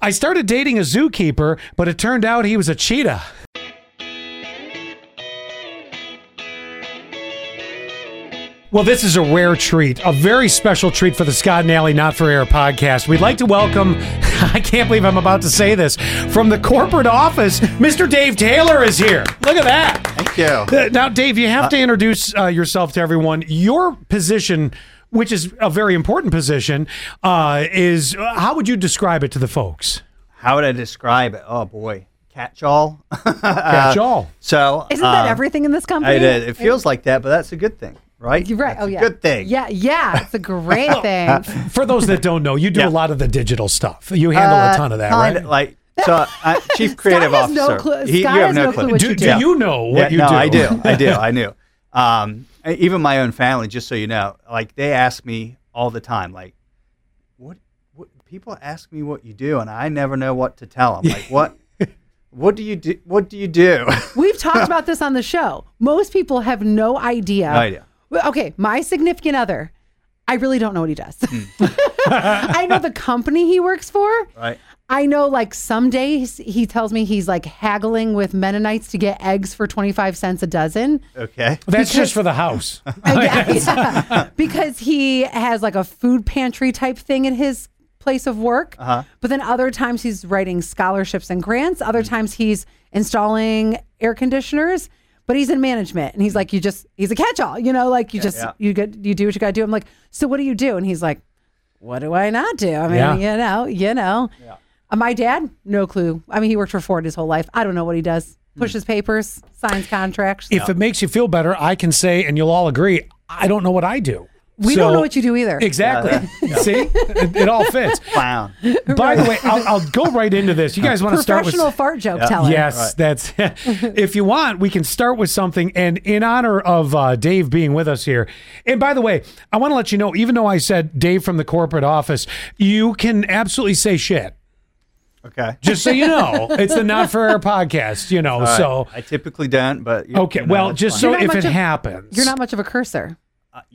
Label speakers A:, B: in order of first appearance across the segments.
A: I started dating a zookeeper, but it turned out he was a cheetah. Well, this is a rare treat, a very special treat for the Scott and Alley Not for Air podcast. We'd like to welcome, I can't believe I'm about to say this, from the corporate office, Mr. Dave Taylor is here. Look at that.
B: Thank you.
A: Uh, Now, Dave, you have to introduce uh, yourself to everyone. Your position, which is a very important position, uh, is uh, how would you describe it to the folks?
B: How would I describe it? Oh boy, catch all.
A: Catch all.
B: So
C: Isn't that
B: um,
C: everything in this company?
B: I did. It feels like that, but that's a good thing, right?
C: You're right.
B: That's
C: oh
B: a
C: yeah.
B: Good thing.
C: Yeah, yeah. It's a great thing.
A: For those that don't know, you do
B: Yeah.
A: a lot of the digital stuff. You handle
C: Uh,
A: a ton of that,
B: Kinda
A: right?
B: Like so, uh, chief creative
C: has no
B: officer.
C: clue-
B: He-
C: Scott
B: you have
C: has
B: no
C: no
B: clue.
C: clue what
A: do
C: you
A: do
C: do.
A: you know what
B: Yeah,
A: you
B: no,
A: do?
B: I do. I do. I knew. Um, even my own family, just so you know, like they ask me all the time, like, what, what? People ask me what you do, and I never know what to tell them. Like, what? What do you do? What do you do?
C: We've talked about this on the show. Most people have no idea.
B: No idea.
C: Well, Okay, my significant other, I really don't know what he does. I know the company he works for.
B: Hmm. right.
C: I know like some days he tells me he's like haggling with Mennonites to get eggs for 25 cents a dozen.
B: Okay.
A: That's just for the house.
C: Yeah, yeah. because he has like a food pantry type thing at his place of work. But then other times he's writing scholarships and grants. Other times he's installing air conditioners. But he's in management, and he's like, you just he's a catch-all, you know, like you just
B: yeah.
C: you get you do what you got to do. I'm like, so what do you do? And he's like, what do I not do? I mean,
A: Yeah.
C: you know, you know. Uh, my dad, no clue. I mean, he worked for Ford his whole life. I don't know what he does. Pushes papers, signs contracts.
A: if it makes you feel better, I can say, and you'll all agree, I don't know what I do.
C: we don't know what you do either.
A: Exactly. See, it, it all fits.
B: Clown.
A: By the way, I'll, I'll go right into this. You guys want to start with
C: professional fart joke
B: Oh,
C: teller.
A: Yes, that's. if you want, we can start with something. And in honor of uh, Dave being with us here, and by the way, I want to let you know, even though I said Dave from the corporate office, you can absolutely say shit.
B: Okay.
A: Just so you know, it's the Not For Air podcast. You know,
B: All
A: so
B: right. I typically don't, but you-
A: Oh. okay.
B: you know,
A: well,
B: that's
A: just
B: fine.
A: so
C: You're not
A: if
C: much
A: it
C: of-
A: happens,
C: You're not much of a cursor.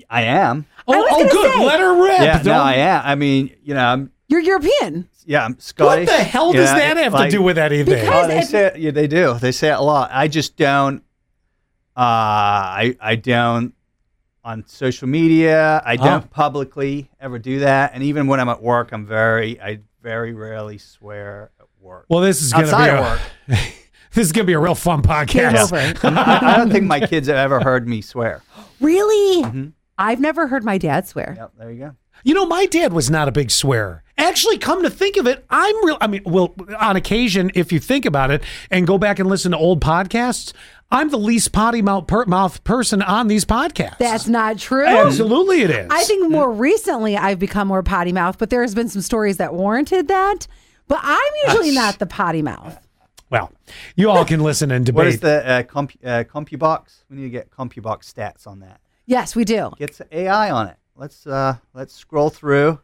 B: I am.
A: Oh,
C: was
A: oh
C: gonna
A: good.
C: say-
A: Let her rip.
B: Yeah,
A: Don't-
B: no, I am. I mean, you know, I'm.
C: You're European.
B: Yeah, I'm
A: what
B: Scottish.
A: the hell
B: you
A: does
B: know,
A: that have
B: like-
A: to do with anything?
C: Because-
B: Oh, they say it, yeah, they do. They say it a lot. I just don't. Uh, I I don't on social media. I
A: Huh?
B: don't publicly ever do that. And even when I'm at work, I'm very. I very rarely swear at work.
A: well, this is gonna
B: outside
A: be a,
B: of work,
A: this is gonna be a real fun
C: Get
A: podcast.
C: over it.
B: I, I don't think my kids have ever heard me swear.
C: Really?
A: Mm-hmm.
C: I've never heard my dad swear.
B: Yep, there you go.
A: You know, my dad was not a big swearer. Actually, come to think of it, I'm real. I mean, well, on occasion, if you think about it and go back and listen to old podcasts, I'm the least potty mouth, per- mouth person on these podcasts.
C: That's not true.
A: absolutely it is.
C: I think more recently I've become more potty mouth, but there has been some stories that warranted that. But I'm usually not the potty mouth.
A: Well, you all can listen and debate.
B: What is the uh, comp, uh, CompuBox? We need to get CompuBox stats on that.
C: Yes, we do.
B: Get some AI on it. Let's uh, let's scroll through,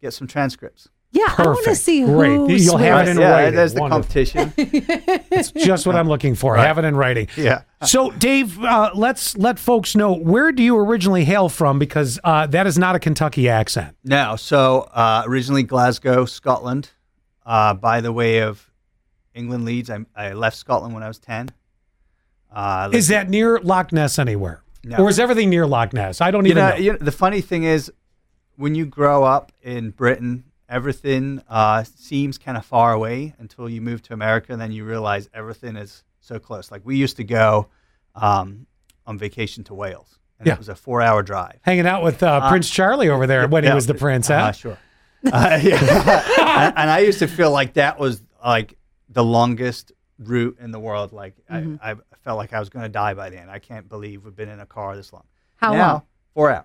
B: get some transcripts.
C: Yeah, I want to
A: Perfect.
C: see
A: Great.
C: who
A: You'll have
C: swears.
A: it in
B: yeah,
A: writing.
B: there's the
A: Wonderful.
B: competition.
A: It's just what I'm looking for. Have it in writing.
B: Yeah.
A: So, Dave, uh, let's let folks know where do you originally hail from because uh, that is not a Kentucky accent.
B: No, so uh, originally Glasgow, Scotland, uh, by the way of England, Leeds. I, I left Scotland when I was ten. Uh,
A: Is that near Loch Ness anywhere?
B: No.
A: Or is everything near Loch Ness? I don't
B: you
A: even
B: know,
A: know.
B: you know, the funny thing is, when you grow up in Britain, everything uh, seems kind of far away until you move to America, and then you realize everything is so close. Like we used to go um, on vacation to Wales, and
A: Yeah.
B: it was a four-hour drive.
A: hanging out with uh, Prince Charlie over there when he
B: Yeah.
A: was the prince. huh?
B: Uh, sure. Uh, yeah. and, and I used to feel like that was like the longest route in the world. Like
C: Mm-hmm.
B: I, I felt like I was going to die by the end. I can't believe we've been in a car this long.
C: How
B: Now,
C: long?
B: Four hours.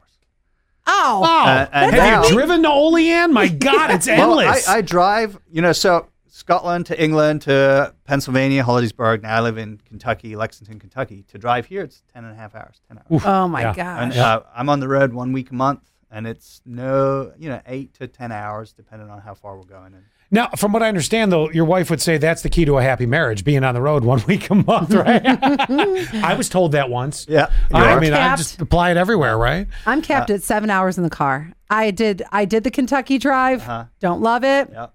C: Oh,
A: Wow.
B: Uh, and
A: Have
B: now-
A: you driven to Olean? My God, it's
B: Well,
A: endless.
B: I, I drive. You know, so Scotland to England to Pennsylvania, Hollidaysburg. Now I live in Kentucky, Lexington, Kentucky. To drive here, it's ten and a half hours. Ten hours.
C: Oh my
A: Yeah.
C: gosh.
B: And uh, I'm on the road one week a month, and it's no, you know, eight to ten hours, depending on how far we're going. And
A: now, from what I understand, though, your wife would say that's the key to a happy marriage, being on the road one week a month, right? I was told that once.
B: Yeah, you
A: I
B: are.
A: mean, I
C: Capped.
A: just apply it everywhere, right?
C: I'm capped
A: uh, Uh-huh.
C: at seven hours in the car. I did I did the Kentucky drive. Don't love it.
B: yeah.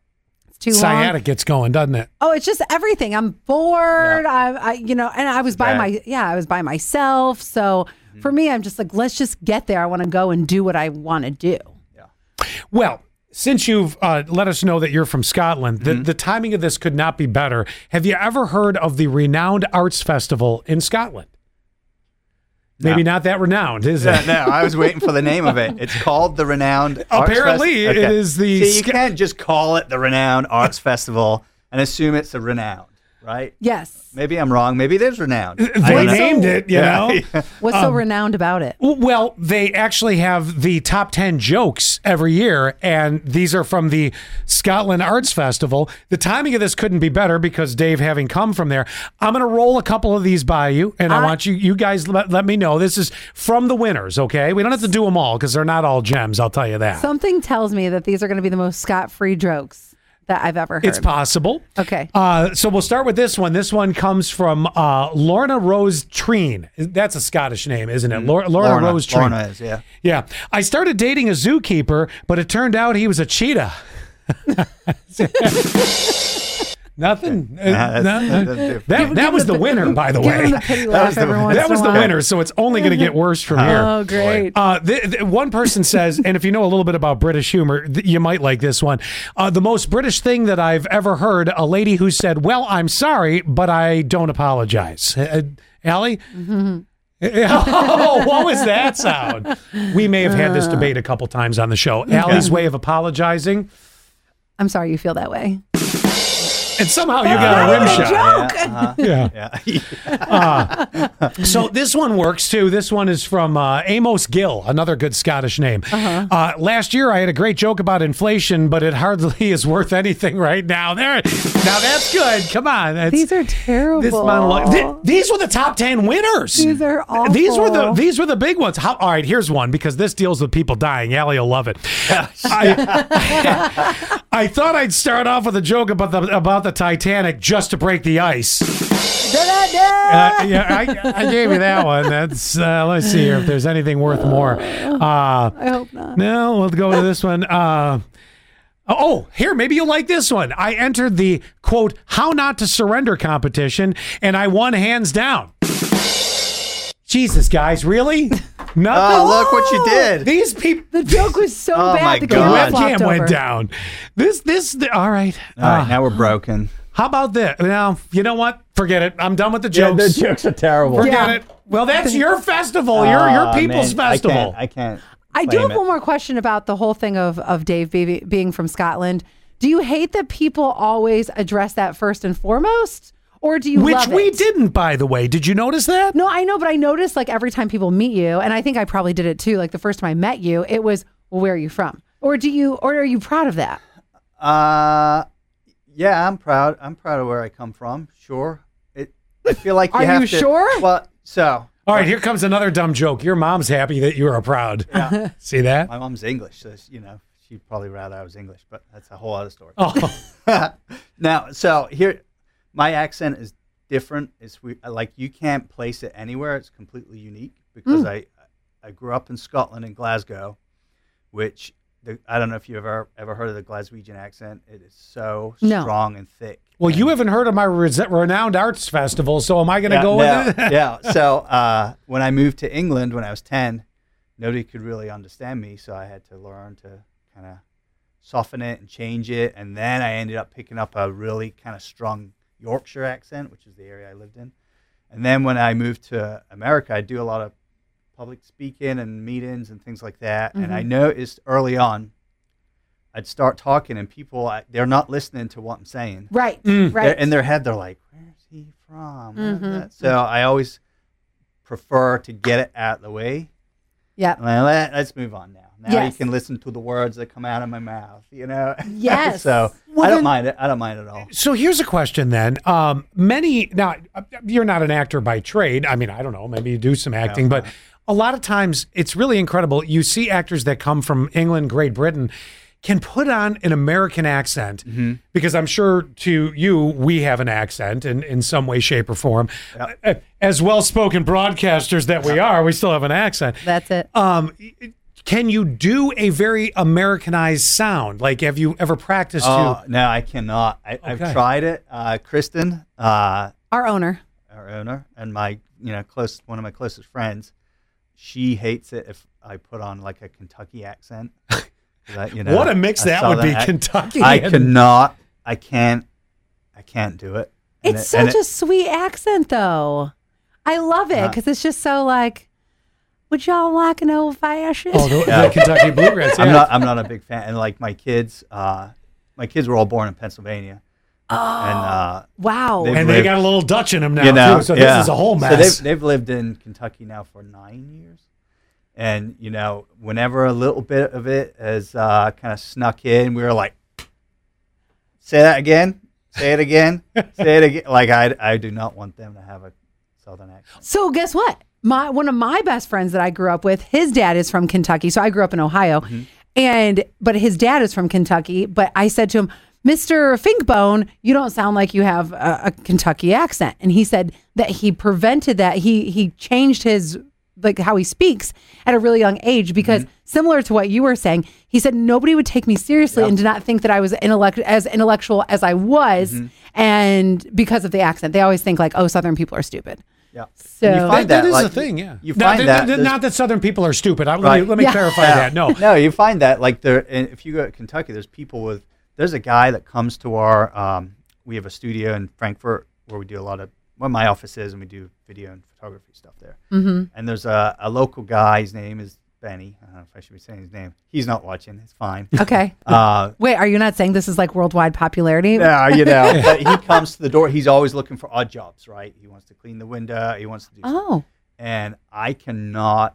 C: It's too long.
A: Sciatic gets going, doesn't it?
C: Oh, it's just everything. I'm bored.
B: Yeah.
C: I, I, you know, and I was by
B: bad.
C: my, yeah, I was by myself. So for me, I'm just like, let's just get there. I want to go and do what I want to do.
A: Well, since you've uh, let us know that you're from Scotland, the, the timing of this could not be better. Have you ever heard of the renowned arts festival in Scotland? Maybe not that renowned, is
B: Yeah,
A: it?
B: no, I was waiting for the name of it. It's called the Renowned Arts
A: Apparently,
B: Fest-
A: it is the
B: See, you
A: Sca-
B: can't just call it the Renowned Arts Festival and assume it's a renowned, right?
C: Yes.
B: Maybe I'm wrong. Maybe it is renowned. I
A: They
B: don't know.
A: named it, you know?
C: What's so renowned about it?
A: Well, they actually have the top 10 jokes every year, and these are from the Scotland Arts Festival. The timing of this couldn't be better because Dave, having come from there, I'm going to roll a couple of these by you, and I, want you you guys let, let me know. This is from the winners, okay? We don't have to do them all because they're not all gems, I'll tell you that.
C: Something tells me that these are going to be the most scot free jokes that I've ever heard.
A: It's possible.
C: Okay.
A: Uh, so we'll start with this one. This one comes from uh, Lorna Rose Treen. That's a Scottish name, isn't it? Lor- Lorna,
B: Lorna,
A: Rose Treen.
B: Lorna is, yeah.
A: Yeah. I started dating a zookeeper, but it turned out he was a cheetah. Nothing. Uh, no,
B: that's- that's different.
A: that that was the winner, by the
C: Give them
A: way.
C: the pity laugh
B: the
C: every
B: winner.
C: once
A: That was
C: in
A: the
C: a while.
A: winner, so it's only going to get worse from here.
C: Oh, great.
A: Uh, th th- one person says, and if you know a little bit about British humor, th- you might like this one. Uh, the most British thing that I've ever heard a lady who said, Well, I'm sorry, but I don't apologize. Uh, Allie? oh, what was that sound? We may have had this debate a couple times on the show. Allie's way of apologizing,
C: I'm sorry you feel that way.
A: and somehow you got a rim
C: That's
A: shot.
C: not even a joke.
A: Yeah.
B: Uh-huh. Yeah.
A: So this one works too. This one is from uh, Amos Gill, another good Scottish name. uh
C: Uh-huh.
A: last year, I had a great joke about inflation, but it hardly is worth anything right now. There, now that's good. Come on, that's,
C: These are terrible.
A: this monologue. Th- these were the top ten winners.
C: These are
A: Th- These were the
C: awful.
A: these were the big ones. How, all right, here's one because this deals with people dying. Allie will love it. I, I thought I'd start off with a joke about the about the Titanic just to break the ice. Uh, yeah, I, I gave you that one. That's uh, let's see here if there's anything worth more. Uh,
C: I hope not.
A: no, we'll go to this one. Uh, oh, here, maybe you'll like this one. I entered the quote "How Not to Surrender" competition, and I won hands down. Jesus, guys, really? No,
B: Oh, look what you did.
A: these people.
C: The joke was so
B: Oh
C: bad.
B: my
C: the
A: The
B: God.
C: camera flopped
A: webcam went
C: over.
A: down. This, this. th- all right.
B: All right,
A: Uh,
B: now we're broken.
A: how about this? Now, you know what? Forget it. I'm done with the jokes.
B: jokes are terrible.
A: Forget
C: Yeah.
A: it. Well, that's your festival. Your your people's festival.
B: Ah, Oh, I can't.
C: I do
B: claim
C: have
B: it.
C: one more question about the whole thing of, of Dave be- being from Scotland. Do you hate that people always address that first and foremost? Or do you
A: Which
C: love
A: we
C: it?
A: didn't, by the way. Did you notice that?
C: No, I know, but I noticed like every time people meet you, and I think I probably did it too. Like the first time I met you, it was, well, where are you from? Or do you, or are you proud of that?
B: Uh, yeah, I'm proud. I'm proud of where I come from. Sure. It. I feel like you
C: Are
B: have
C: you
B: to-
C: sure?
B: Well, so
A: All right, here comes another dumb joke. Your mom's happy that you are proud. See that?
B: my mom's English, so you know she'd probably rather I was English, but that's a whole other story.
A: Oh,
B: now, so here, my accent is different. It's we like you can't place it anywhere. It's completely unique because I I grew up in Scotland in Glasgow, which the, I don't know if you've ever ever heard of the Glaswegian accent. It is so
C: No.
B: strong and thick.
A: well, you haven't heard of my res- renowned arts festival, so am I going to
B: yeah,
A: go
B: no,
A: with it?
B: yeah. So uh, when I moved to England when I was ten, nobody could really understand me, so I had to learn to kind of soften it and change it, and then I ended up picking up a really kind of strong Yorkshire accent, which is the area I lived in. And then when I moved to America, I do a lot of public speaking and meetings and things like that. And
A: Mm-hmm.
B: I noticed early on, I'd start talking, and people I- they're not listening to what I'm saying
C: Right, right. Mm-hmm.
B: they're- in their head they're like where's he from What is that?" so i always prefer to get it out of the way
C: Yep.
B: and I let, us move on now now
C: Yes.
B: you can listen to the words that come out of my mouth you know
C: Yes.
B: so
A: Well,
B: i don't
A: then-
B: mind it i don't mind it at all
A: So here's a question then. Um, many, now, uh, you're not an actor by trade. I mean, I don't know. Maybe you do some acting, but a lot of times it's really incredible. You see actors that come from England, Great Britain, can put on an American accent because I'm sure to you, we have an accent in, in some way, shape, or form. Uh, As well spoken broadcasters that we are, we still have an accent.
C: That's it.
A: Um, Can you do a very Americanized sound? Like, have you ever practiced?
B: Oh
A: to,
B: no, I cannot. I,
A: Okay.
B: I've tried it. Uh, Kristen, uh,
C: Our owner.
B: our owner, and my you know close one of my closest friends, she hates it if I put on like a Kentucky accent. That, you know,
A: what a mix
B: a
A: that would be,
B: Southern ac-
A: Kentucky.
B: I
A: and-
B: cannot. I can't. I can't do it. And
C: It's
B: it- and
C: such a sweet accent, though. I love it
B: Uh,
C: because it's just so like, would y'all like an old fashioned?
A: Oh, the,
B: Yeah.
A: the Kentucky bluegrass.
B: I'm
A: yeah.
B: not. I'm not a big fan. And like my kids, uh, my kids were all born in Pennsylvania, and uh,
C: wow.
B: They-
A: and they
B: Live-
A: got a little Dutch in them now
B: you know,
A: too. So
B: yeah.
A: this is a whole
B: So
A: mess.
B: they've, they've lived in Kentucky now for nine years, and you know, whenever a little bit of it has uh, kind of snuck in, we were like, "Say that again. Say it again. say it again." Like I, I do not want them to have a southern accent.
C: So guess what? My one of my best friends that I grew up with, his dad is from Kentucky. So I grew up in Ohio. And but his dad is from Kentucky, but I said to him, "Mr. Finkbone, you don't sound like you have a, a Kentucky accent." And he said that he prevented that. He he changed his like how he speaks at a really young age because similar to what you were saying, he said nobody would take me seriously and did not think that I was intellect- as intellectual as I was and because of the accent. They always think like, "Oh, southern people are stupid."
B: Yeah.
C: So-
B: And you find
A: that
B: that
A: is
B: like,
A: the thing, yeah.
B: You
A: No,
B: find
A: th-
B: that
A: th-
B: there's-
A: not that Southern people are stupid. I, Let me,
B: Right.
A: let me
C: Yeah.
A: clarify that. No,
B: no, you find that like there. And if you go to Kentucky, there's people with. There's a guy that comes to our. Um, we have a studio in Frankfurt where we do a lot of where my office is, and we do video and photography stuff there. Mm-hmm. And there's a, a local guy. His name is Benny. I don't know if I should be saying his name. He's not watching. It's fine.
C: Okay.
B: Uh,
C: Wait, are you not saying this is like worldwide popularity?
B: yeah, you know, but he comes to the door. He's always looking for odd jobs, right? He wants to clean the window. He wants to do. something.
C: Oh,
B: and I cannot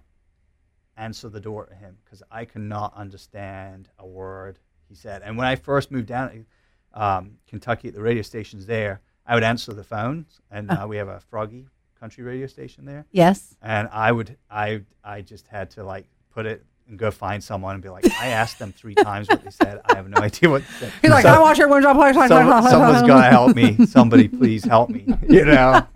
B: answer the door to him because I cannot understand a word he said. And when I first moved down to um, Kentucky, the radio stations there, I would answer the phones, and uh, we have a Froggy Country radio station there.
C: yes.
B: And I would, I, I just had to like put it and go find someone and be like, I asked them three times what they said. I have no idea what they said.
C: He's like, "Oh,
B: So-
C: I watch your one job.
B: some- someone's gonna help me. Somebody, please help me. You know.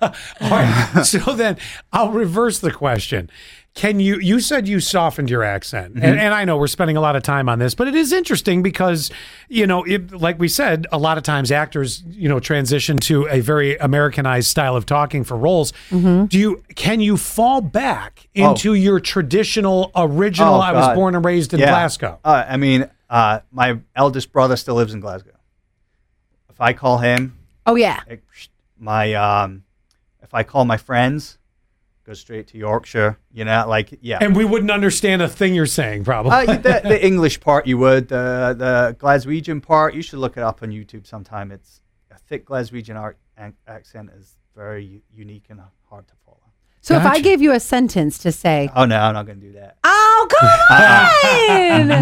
A: All right. so then I'll reverse the question. Can you, you said you softened your accent.
B: Mm-hmm.
A: And, and I know we're spending a lot of time on this, but it is interesting because, you know, it, like we said, a lot of times actors, you know, transition to a very Americanized style of talking for roles. Do you, can you fall back
B: Mm-hmm. Oh.
A: into your traditional, original,
B: Oh,
A: I was
B: God.
A: born and raised in
B: Yeah.
A: Glasgow?
B: Uh, I mean, uh, my eldest brother still lives in Glasgow. If I call him,
C: Oh yeah.
B: it, my um, if I call my friends, go straight to Yorkshire. You know, like yeah.
A: And we wouldn't understand a thing you're saying, probably.
B: uh, the, the English part you would, the the Glaswegian part you should look it up on YouTube sometime. It's a thick Glaswegian art an- accent is very u- unique and hard to follow.
C: So if I
A: Gotcha.
C: gave you a sentence to say,
B: Oh no, I'm not gonna do that.
C: "Oh come on,"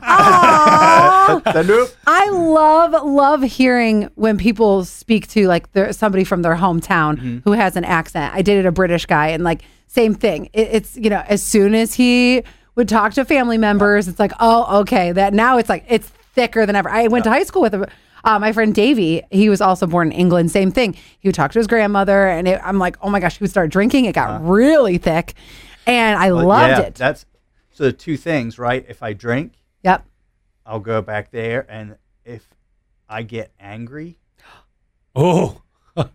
C: Ah! Aw.
B: nope.
C: I love love hearing when people speak to like their, somebody from their hometown who has an accent. I dated a British guy, and like same thing. It, it's you know as soon as he would talk to family members, it's like oh okay that now it's like it's thicker than ever. I went to high school with a. Uh, my friend Davey, he was also born in England. Same thing. He would talk to his grandmother, and it, I'm like, oh my gosh, he would start drinking. It got really thick, and I
B: But
C: loved
B: Uh, yeah,
C: it.
B: That's so the two things, right? If I drink,
C: yep.
B: I'll go back there, and if I get angry,
A: oh.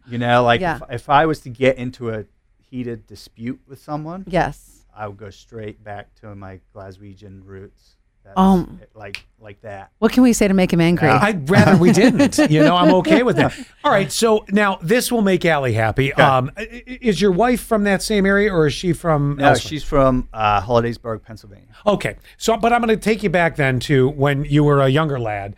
B: you know, like
C: Yeah.
B: if, if I was to get into a heated dispute with someone,
C: Yes.
B: I would go straight back to my Glaswegian roots. That's
C: Um.
B: it, like like that.
C: What can we say to make him angry?
A: I'd rather we didn't. You know, I'm okay with that. All right. So now this will make Allie happy. Um, i- i- is your wife from that same area or is she from?
B: No,
A: elsewhere?
B: she's from uh, Hollidaysburg, Pennsylvania.
A: Okay. So, but I'm going to take you back then to when you were a younger lad.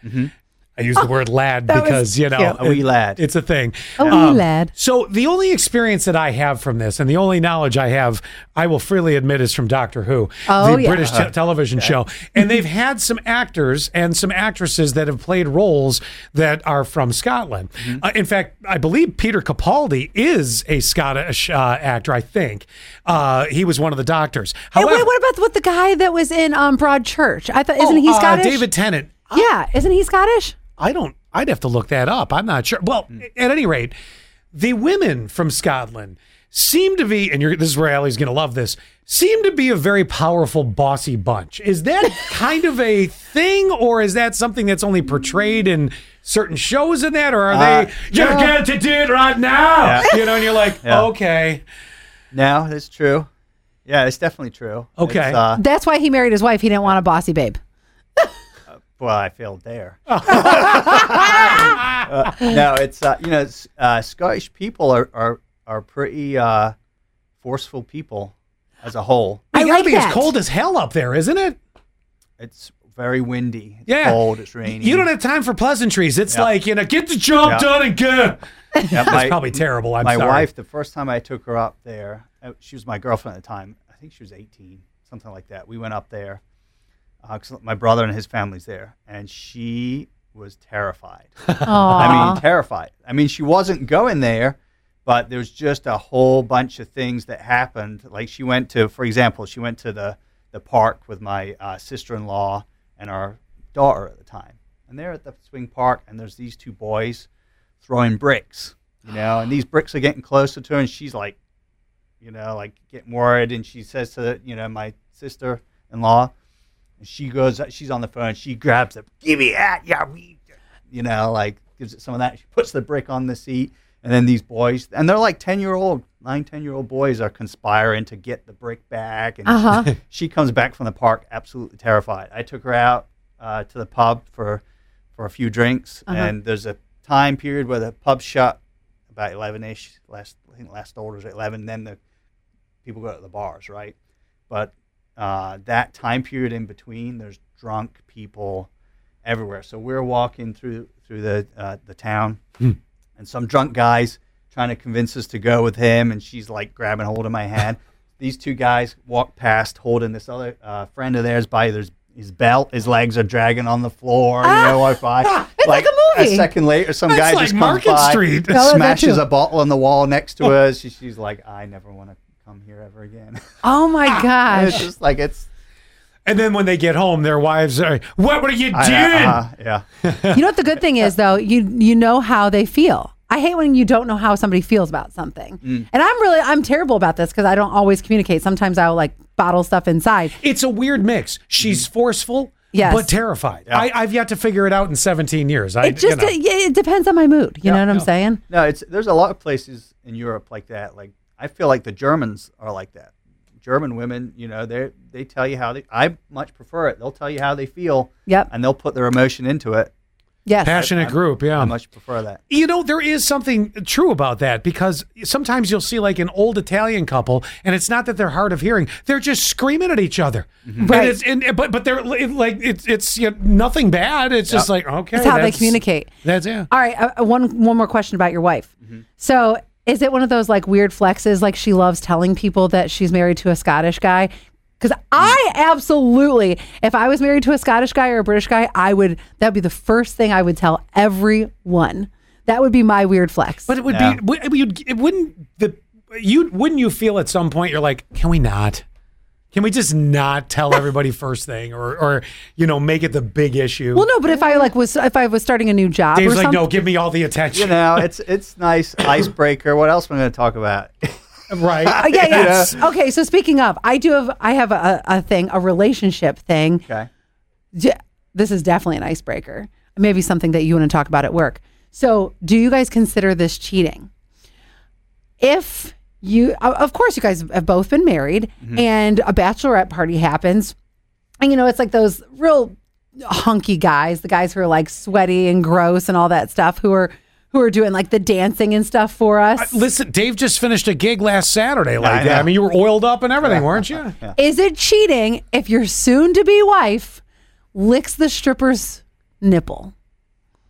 A: I use the word lad
C: Mm-hmm. Oh, that was
A: because, you know,
C: cute.
B: A wee lad.
A: It's a thing. Um,
C: A wee lad.
A: So, the only experience that I have from this and the only knowledge I have, I will freely admit, is from Doctor Who,
C: Oh,
A: the
C: yeah.
A: British te- television show. And they've had some actors and some actresses that have played roles that are from Scotland.
C: Mm-hmm.
A: Uh, in fact, I believe Peter Capaldi is a Scottish uh, actor, I think. Uh, he was one of the doctors.
C: Hey,
A: However,
C: wait, what about what the guy that was in um, Broadchurch? I thought isn't
A: Oh,
C: he
A: uh,
C: Scottish?
A: David Tennant.
C: Yeah, isn't he Scottish?
A: I don't.
B: Hmm.
A: I'd have to look that up. I'm not sure. Well, at any rate, the women from Scotland seem to be, and you're, this is where Allie's going to love this, seem to be a very powerful, bossy bunch. Is that kind of a thing, or is that something that's only portrayed in certain shows in that, or are
B: Uh,
A: they, you get to do it right now?
B: Yeah.
A: You know, and you're like,
B: Yeah.
A: okay.
B: No, it's true. Yeah, it's definitely true.
A: Okay.
B: It's, uh,
C: That's why he married his wife. He didn't want a bossy babe.
B: well, I failed there. Uh, no, it's uh, you know, it's, uh, Scottish people are are are pretty uh, forceful people as a whole.
C: I
A: You gotta
C: like
A: be
C: that.
A: as cold as hell up there, isn't it?
B: It's very windy. It's
A: Yeah.
B: cold. It's raining.
A: You don't have time for pleasantries. It's
B: Yeah.
A: like, you know, get the job
B: Yeah.
A: done and go.
B: Yeah,
A: That's
B: my-
A: probably terrible. I'm
B: my
A: sorry.
B: wife, the first time I took her up there, uh, she was my girlfriend at the time. I think she was 18, something like that. We went up there. Uh, 'cause my brother and his family's there, and she was terrified. I
C: Aw.
B: mean, terrified. I mean, she wasn't going there, but there was just a whole bunch of things that happened. Like she went to, for example, she went to the the park with my uh, sister-in-law and our daughter at the time, and they're at the swing park, and there's these two boys throwing bricks, you know, and these bricks are getting closer to her, and she's like, you know, like getting worried, and she says to you know my sister-in-law. and She goes. She's on the phone. She grabs it. Give me that. Yeah, we you know, like gives it some of that. She puts the brick on the seat, and then these boys, and they're like 10 year old, nine, 10 year old boys are conspiring to get the brick back. And
C: Uh-huh.
B: she, comes back from the park absolutely terrified. I took her out uh, to the pub for, for a few drinks, and there's a time period where the pub shut about 11 ish. Last, I think last orders at 11, then the people go to the bars, right? But uh, that time period in between, there's drunk people everywhere. So we're walking through through the uh, the town, and some drunk guys trying to convince us to go with him, and she's like grabbing hold of my hand. These two guys walk past, holding this other uh, friend of theirs by his his belt. His legs are dragging on the floor. You know, Wi Fi.
C: Ah! It's like a movie.
B: second later, some
A: That's
B: guy
A: like
B: just comes
A: Market
B: by,
A: Street.
C: I love that
B: smashes
C: too.
B: a bottle on the wall next to us. She, she's like, "I never want to come here ever again."
C: oh
A: ah,
C: my
B: And it's
C: gosh.
B: just like it's
A: And then when they get home, their wives are, what were you doing?
B: I- uh-huh, yeah.
C: you know what the good thing is though? You you know how they feel. I hate when you don't know how somebody feels about something.
A: Mm.
C: And I'm really I'm terrible about this because I don't always communicate. Sometimes I'll like bottle stuff inside.
A: It's a weird mix. She's
B: Mm-hmm.
A: forceful,
C: Yes.
A: but terrified. I, I've yet to figure it out in 17 years. I,
C: It just
A: you know.
C: it, it depends on my mood. You know what I'm saying?
B: No, it's there's a lot of places in Europe like that. Like I feel like the Germans are like that. German women, you know, they they tell you how they. I much prefer it. They'll tell you how they feel.
C: Yep.
B: And they'll put their emotion into it.
C: Yes.
A: passionate group. Yeah.
B: I much prefer that.
A: You know, there is something true about that because sometimes you'll see like an old Italian couple, and it's not that they're hard of hearing; they're just screaming at each other.
B: Mm-hmm.
C: Right.
A: And it's, and, but but they're li- like it's it's you know, nothing bad. It's just like okay,
C: That's how they communicate.
A: That's yeah.
C: All right, uh, uh, one one more question about your wife.
A: Mm-hmm.
C: So, is it one of those like weird flexes, like she loves telling people that she's married to a Scottish guy? Because
A: Mm.
C: I absolutely, if I was married to a Scottish guy or a British guy, I would. That would be the first thing I would tell everyone. That would be my weird flex.
A: But it would
B: Yeah.
A: be would- you'd, it wouldn't the you wouldn't you feel at some point you're like, can we not? Can we just not tell everybody first thing, or or you know make it the big issue?
C: well, no, but if I like was if I was starting a new job
A: Dave's
C: or
A: like,
C: something,
A: no, give me all the attention.
B: You know, it's it's nice icebreaker. What else am I going to talk about?
A: right?
C: Uh, yeah, yeah.
A: Yes.
C: Okay, so speaking of, I do have I have a, a thing, a relationship thing.
B: okay.
C: d- this is definitely an icebreaker. Maybe something that you want to talk about at work. So, do you guys consider this cheating? If you, o- of course, you guys have both been married, and a bachelorette party happens, and you know it's like those real hunky guys, the guys who are like sweaty and gross and all that stuff, who are who are doing like the dancing and stuff for us.
A: Listen, Dave just finished a gig last Saturday like
B: I
A: that. I
B: know.
A: mean, you were oiled up and everything, weren't you?
C: Is it cheating if your soon-to-be wife licks the stripper's nipple,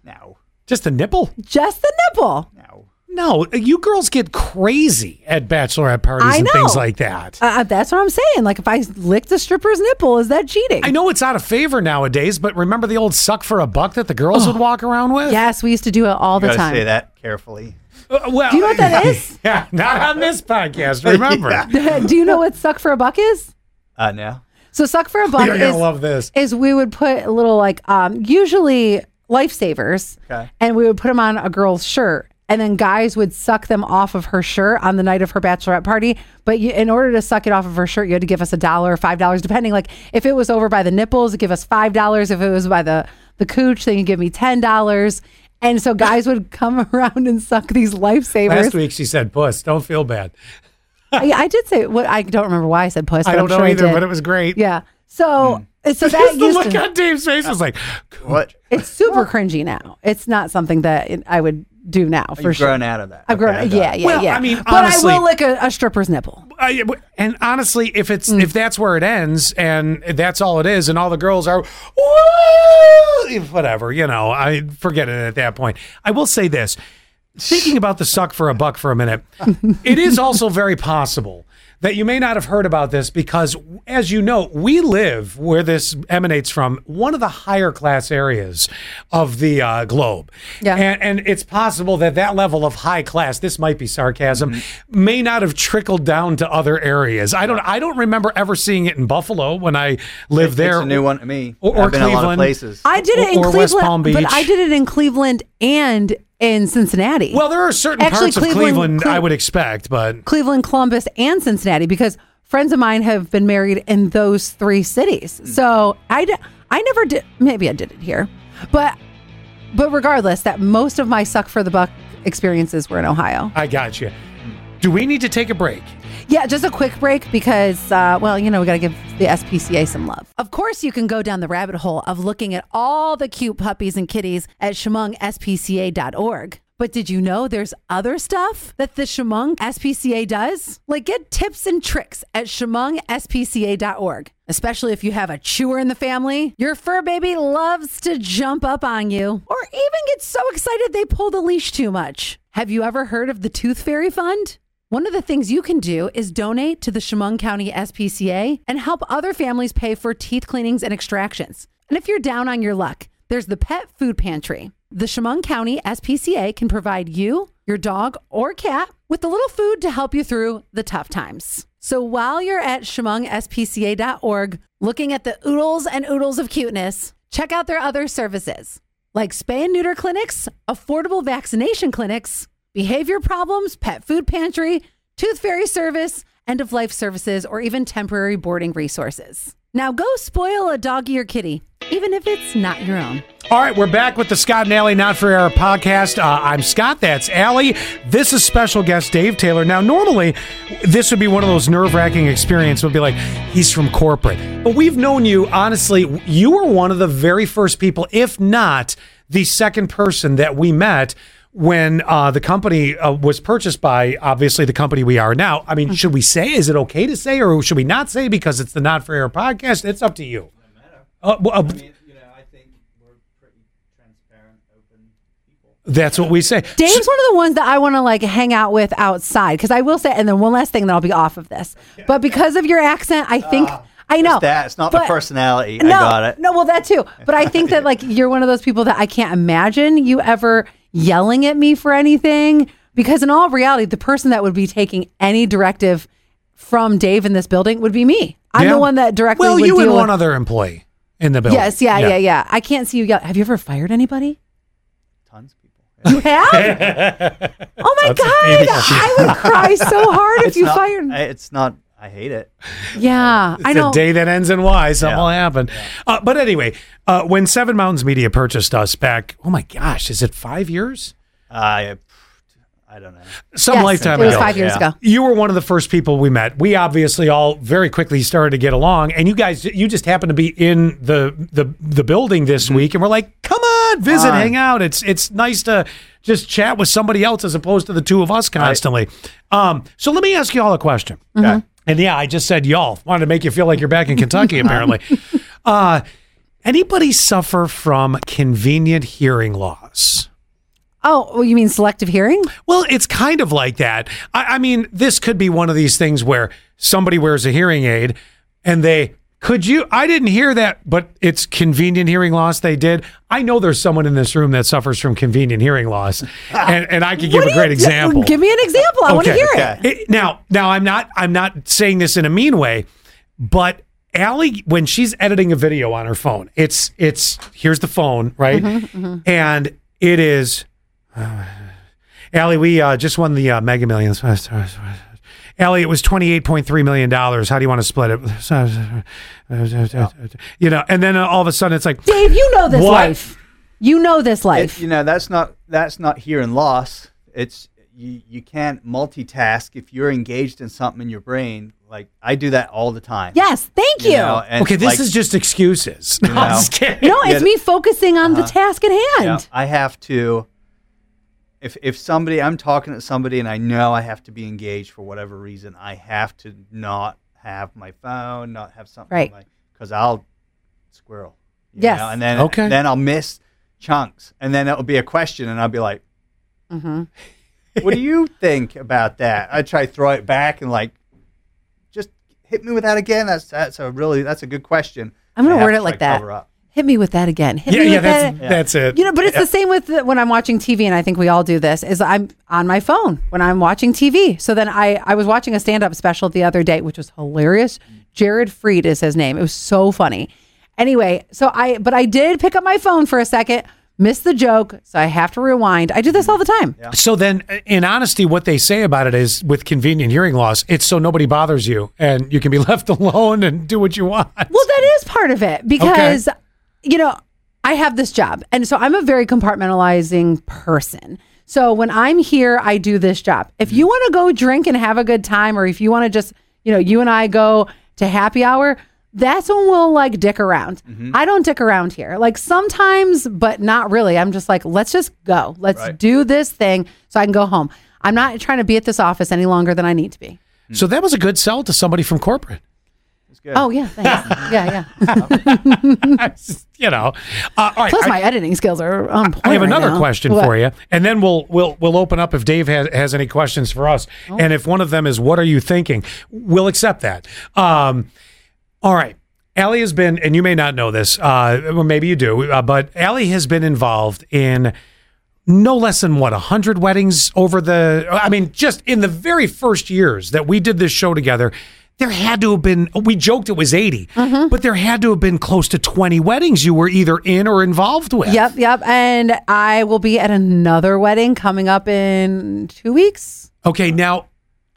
B: No,
A: Just a nipple?
C: just the nipple?
B: no.
A: No, you girls get crazy at bachelorette parties
C: I
A: and
C: know.
A: things like that.
C: Uh, that's what I'm saying. Like, if I licked a stripper's nipple, is that cheating?
A: I know it's out of favor nowadays, but remember the old suck for a buck that the girls would walk around with?
C: Yes, we used to do it all
B: You
C: the
B: got to
C: time.
B: say that carefully.
A: Uh, well,
C: Do you know what that is?
A: Yeah, not on this podcast. Remember,
B: Yeah.
C: do you know what suck for a buck is?
B: Uh, no.
C: So suck for a buck
A: you're gonna
C: is,
A: love this.
C: is we would put a little like um, usually lifesavers,
B: Okay.
C: and we would put them on a girl's shirt. and then guys would suck them off of her shirt on the night of her bachelorette party. But you, in order to suck it off of her shirt, you had to give us a dollar, five dollars, depending. Like if it was over by the nipples, give us five dollars. If it was by the the cooch, then you give me ten dollars. And so guys would come around and suck these
A: Last
C: lifesavers.
A: week she said, "Puss, don't feel bad."
C: I, I did say what I don't remember why I said puss. But
A: I don't
C: am sure
A: know either,
C: I did.
A: but it was great.
C: yeah. So so that
A: Just the
C: used
A: look
C: to,
A: on Dave's face was like,
B: What?
C: it's super cringy now. It's not something that it- I would do now for
B: You've
C: sure.
B: grown out of that.
C: I've grown.
B: Okay, I got
C: yeah,
B: it.
C: yeah,
A: Well,
C: yeah.
A: I mean,
C: but
A: honestly-
C: I will lick a, a stripper's nipple.
A: I, and honestly, if it's if that's where it ends, and that's all it is, and all the girls are, "Woo!" whatever, you know, I forget it at that point. I will say this: thinking about the suck for a buck for a minute, it is also very possible that you may not have heard about this because, as you know, we live where this emanates from, one of the higher class areas of the uh, globe,
C: Yeah.
A: and and it's possible that that level of high class this might be sarcasm
B: Mm-hmm.
A: may not have trickled down to other areas i don't i don't remember ever seeing it in buffalo when i lived there
B: It's a new one to me.
A: Or- or
B: I've been a lot
A: Cleveland.
B: of places.
C: I did it in
A: Or West
C: Cleveland,
A: Palm Beach.
C: but I did it in Cleveland and in Cincinnati.
A: well there are certain
C: Actually,
A: parts of
C: Cleveland-
A: cleveland
C: Cle-
A: i would expect but
C: Cleveland, Columbus, and Cincinnati because friends of mine have been married in those three cities.
A: Mm.
C: So I, d- I never did. Maybe I did it here, but but regardless, that most of my suck for the buck experiences were in Ohio.
A: i got you
B: Mm-hmm.
A: do we need to take a break
C: Yeah, just a quick break because, uh, well, you know, we got to give the SPCA some love. Of course, you can go down the rabbit hole of looking at all the cute puppies and kitties at ShemungSPCA.org. But did you know there's other stuff that the Shemung SPCA does? Like get tips and tricks at ShemungSPCA.org. Especially if you have a chewer in the family, your fur baby loves to jump up on you or even get so excited they pull the leash too much. Have you ever heard of the Tooth Fairy Fund? One of the things you can do is donate to the Chemung County SPCA and help other families pay for teeth cleanings and extractions. And if you're down on your luck, there's the Pet Food Pantry. The Chemung County SPCA can provide you, your dog, or cat with a little food to help you through the tough times. So while you're at ShemungSPCA.org looking at the oodles and oodles of cuteness, check out their other services like spay and neuter clinics, affordable vaccination clinics, behavior problems, pet food pantry, tooth fairy service, end of life services, or even temporary boarding resources. Now go spoil a doggy or kitty, even if it's not your own.
A: All right, we're back with the Scott and Allie Not for Air podcast. Uh, I'm Scott. That's Allie. This is special guest Dave Taylor. Now, normally, this would be one of those nerve wracking experiences. Would be like he's from corporate, but we've known you honestly. You were one of the very first people, if not the second person, that we met when uh, the company uh, was purchased by obviously the company we are now. I mean, should we say? Is it okay to say, or should we not say because it's the Not for Air podcast? It's up to you. Uh, well, uh,
B: You know, I think we're pretty transparent, open people.
A: that's what we say.
C: Dave's one of the ones that I want to like hang out with outside because I will say, and then one last thing, then I'll be off of this. But because of your accent, I think I know
B: It's that. It's not the
C: but-
B: personality. I
C: No,
B: got it.
C: no, well, that too. But I think that like you're one of those people that I can't imagine you ever yelling at me for anything because in all reality, the person that would be taking any directive from Dave in this building would be me. I'm
A: Yeah.
C: the one that directly.
A: Well,
C: would
A: you
C: deal
A: and
C: with-
A: one other employee in the building.
C: Yes, yeah, yeah, yeah, I can't see you yell. Have you ever fired anybody?
B: Tons of people. Yeah.
C: You have? oh my god,
A: amazing.
C: I would cry so hard if you
B: not,
C: fired.
B: I- It's not. I hate it.
C: yeah, I
A: the
C: know.
A: day that ends in Y, something
B: Yeah.
A: will happen. Uh, but anyway, uh, when Seven Mountains Media purchased us back, oh my gosh, is it five years?
B: I. I don't know.
A: Some
C: Yes,
A: lifetime
C: It was
A: ago.
C: five years
B: Yeah.
C: ago.
A: You were one of the first people we met. We obviously all very quickly started to get along, and you guys, you just happened to be in the the the building this week, and we're like, Mm-hmm. "Come on, visit,
B: Hi.
A: hang out." It's it's nice to just chat with somebody else as opposed to the two of us constantly. Um, so let me ask you all a question.
C: Mm-hmm.
B: Okay.
A: And yeah, I just said y'all. Wanted to make you feel like you're back in Kentucky, apparently. uh, anybody suffer from convenient hearing loss?
C: Oh, well, you mean selective hearing?
A: Well, it's kind of like that. I, I mean, this could be one of these things where somebody wears a hearing aid and they could you I didn't hear that, but it's convenient hearing loss they did. I know there's someone in this room that suffers from convenient hearing loss. and, and I could give
C: What
A: a
C: do
A: great
C: you-
A: example.
C: Give me an example. I want to
A: Okay.
C: hear it.
B: Okay.
A: It- now, now I'm not I'm not saying this in a mean way, but Allie, when she's editing a video on her phone, it's
C: Mm-hmm,
A: it's here's the phone, right? And it is uh, Allie, we uh, just won the uh, Mega Millions. Allie, it was twenty eight point three million dollars. How do you want to split it? You know, and then uh, all of a sudden it's like
C: Dave, you know this
A: What?
C: life. You know this
B: It,
C: life.
B: you know, that's not that's not here in loss. It's you, you can't multitask if you're engaged in something in your brain. Like I do that all the time.
C: yes, thank you.
B: You know, and
A: okay, this
B: like,
A: is just excuses. No, I'm
B: know.
A: just kidding.
C: no, it's
B: Yeah.
C: me focusing on the task at hand.
B: you know, I have to. If if somebody I'm talking to somebody and I know I have to be engaged for whatever reason, I have to not have my phone, not have something
C: Right.
B: because I'll squirrel. you
C: Yes.
B: know, and then
A: Okay.
B: then I'll miss chunks, and then it'll be a question, and I'll be like.
C: Mm-hmm.
B: what do you think about that? I try to throw it back and like, just hit me with that again. That's that's a really that's a good question.
C: I'm gonna
B: I have
C: word
B: to
C: it like
B: try to
C: that.
B: cover up.
C: Hit me with that again. Hit
A: Yeah,
C: me
A: yeah,
C: with
A: that's
C: that.
A: that's it.
C: You know, but it's the same with the, when I'm watching TV, and I think we all do this. Is I'm on my phone when I'm watching TV. So then I I was watching a stand up special the other day, which was hilarious. Jared Freed is his name. It was so funny. Anyway, so I but I did pick up my phone for a second, missed the joke, so I have to rewind. I do this all the time.
A: So then, in honesty, what they say about it is with convenient hearing loss, it's so nobody bothers you and you can be left alone and do what you want.
C: Well, that is part of it because, you know, I have this job. And so I'm a very compartmentalizing person. So when I'm here, I do this job. If you want to go drink and have a good time, or if you want to just, you know, you and I go to happy hour, that's when we'll like dick around. I don't dick around here. Like sometimes, but not really. I'm just like, let's just go. Let's
B: Right.
C: do this thing so I can go home. I'm not trying to be at this office any longer than I need to be.
A: So that was a good sell to somebody from corporate.
B: It's good.
C: Oh, yeah. Thanks. yeah, yeah.
A: you know, uh, all right.
C: Plus,
A: I,
C: my editing skills are on point.
A: I have
C: right
A: another
C: now.
A: question
C: What?
A: for you, and then we'll we'll we'll open up if Dave has, has any questions for us,
C: Oh.
A: and if one of them is "What are you thinking?" We'll accept that. Um, all right, Allie has been, and you may not know this, uh, well, maybe you do, uh, but Allie has been involved in no less than what a hundred weddings over the. I mean, just in the very first years that we did this show together. There had to have been, we joked it was 80,
C: Mm-hmm.
A: but there had to have been close to 20 weddings you were either in or involved with.
C: Yep, yep. And I will be at another wedding coming up in two weeks.
A: Okay, now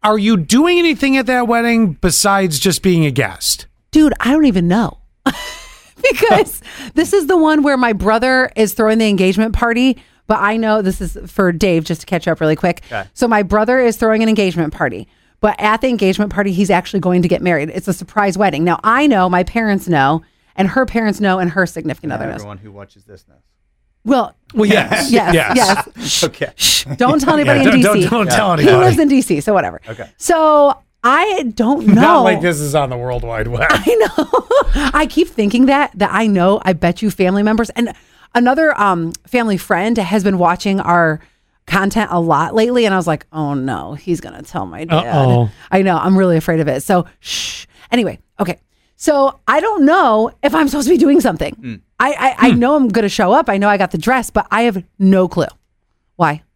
A: are you doing anything at that wedding besides just being a guest?
C: Dude, I don't even know. because this is the one where my brother is throwing the engagement party. But I know this is for Dave, just to catch up really quick.
B: Okay.
C: So, my brother is throwing an engagement party. But at the engagement party, he's actually going to get married. It's a surprise wedding. Now, I know, my parents know, and her parents know, and her significant other knows.
B: everyone who watches this knows.
C: Well,
A: Well, yes.
C: yes, yes. Shh,
B: Okay.
C: shh. Don't tell anybody
A: don't,
C: in DC.
A: don't- don't tell
C: He lives
A: anybody.
C: in DC, so whatever.
B: Okay.
C: So I don't know.
A: Not like this is on the World Wide Web.
C: I know. I keep thinking that that I know. I bet you family members and another um family friend has been watching our content a lot lately, and I was like, oh no, he's gonna tell my dad.
A: Uh-oh.
C: I know. I'm really afraid of it. So shh. Anyway, okay. So I don't know if I'm supposed to be doing something. I I, I know I'm gonna show up. I know I got the dress, but I have no clue why.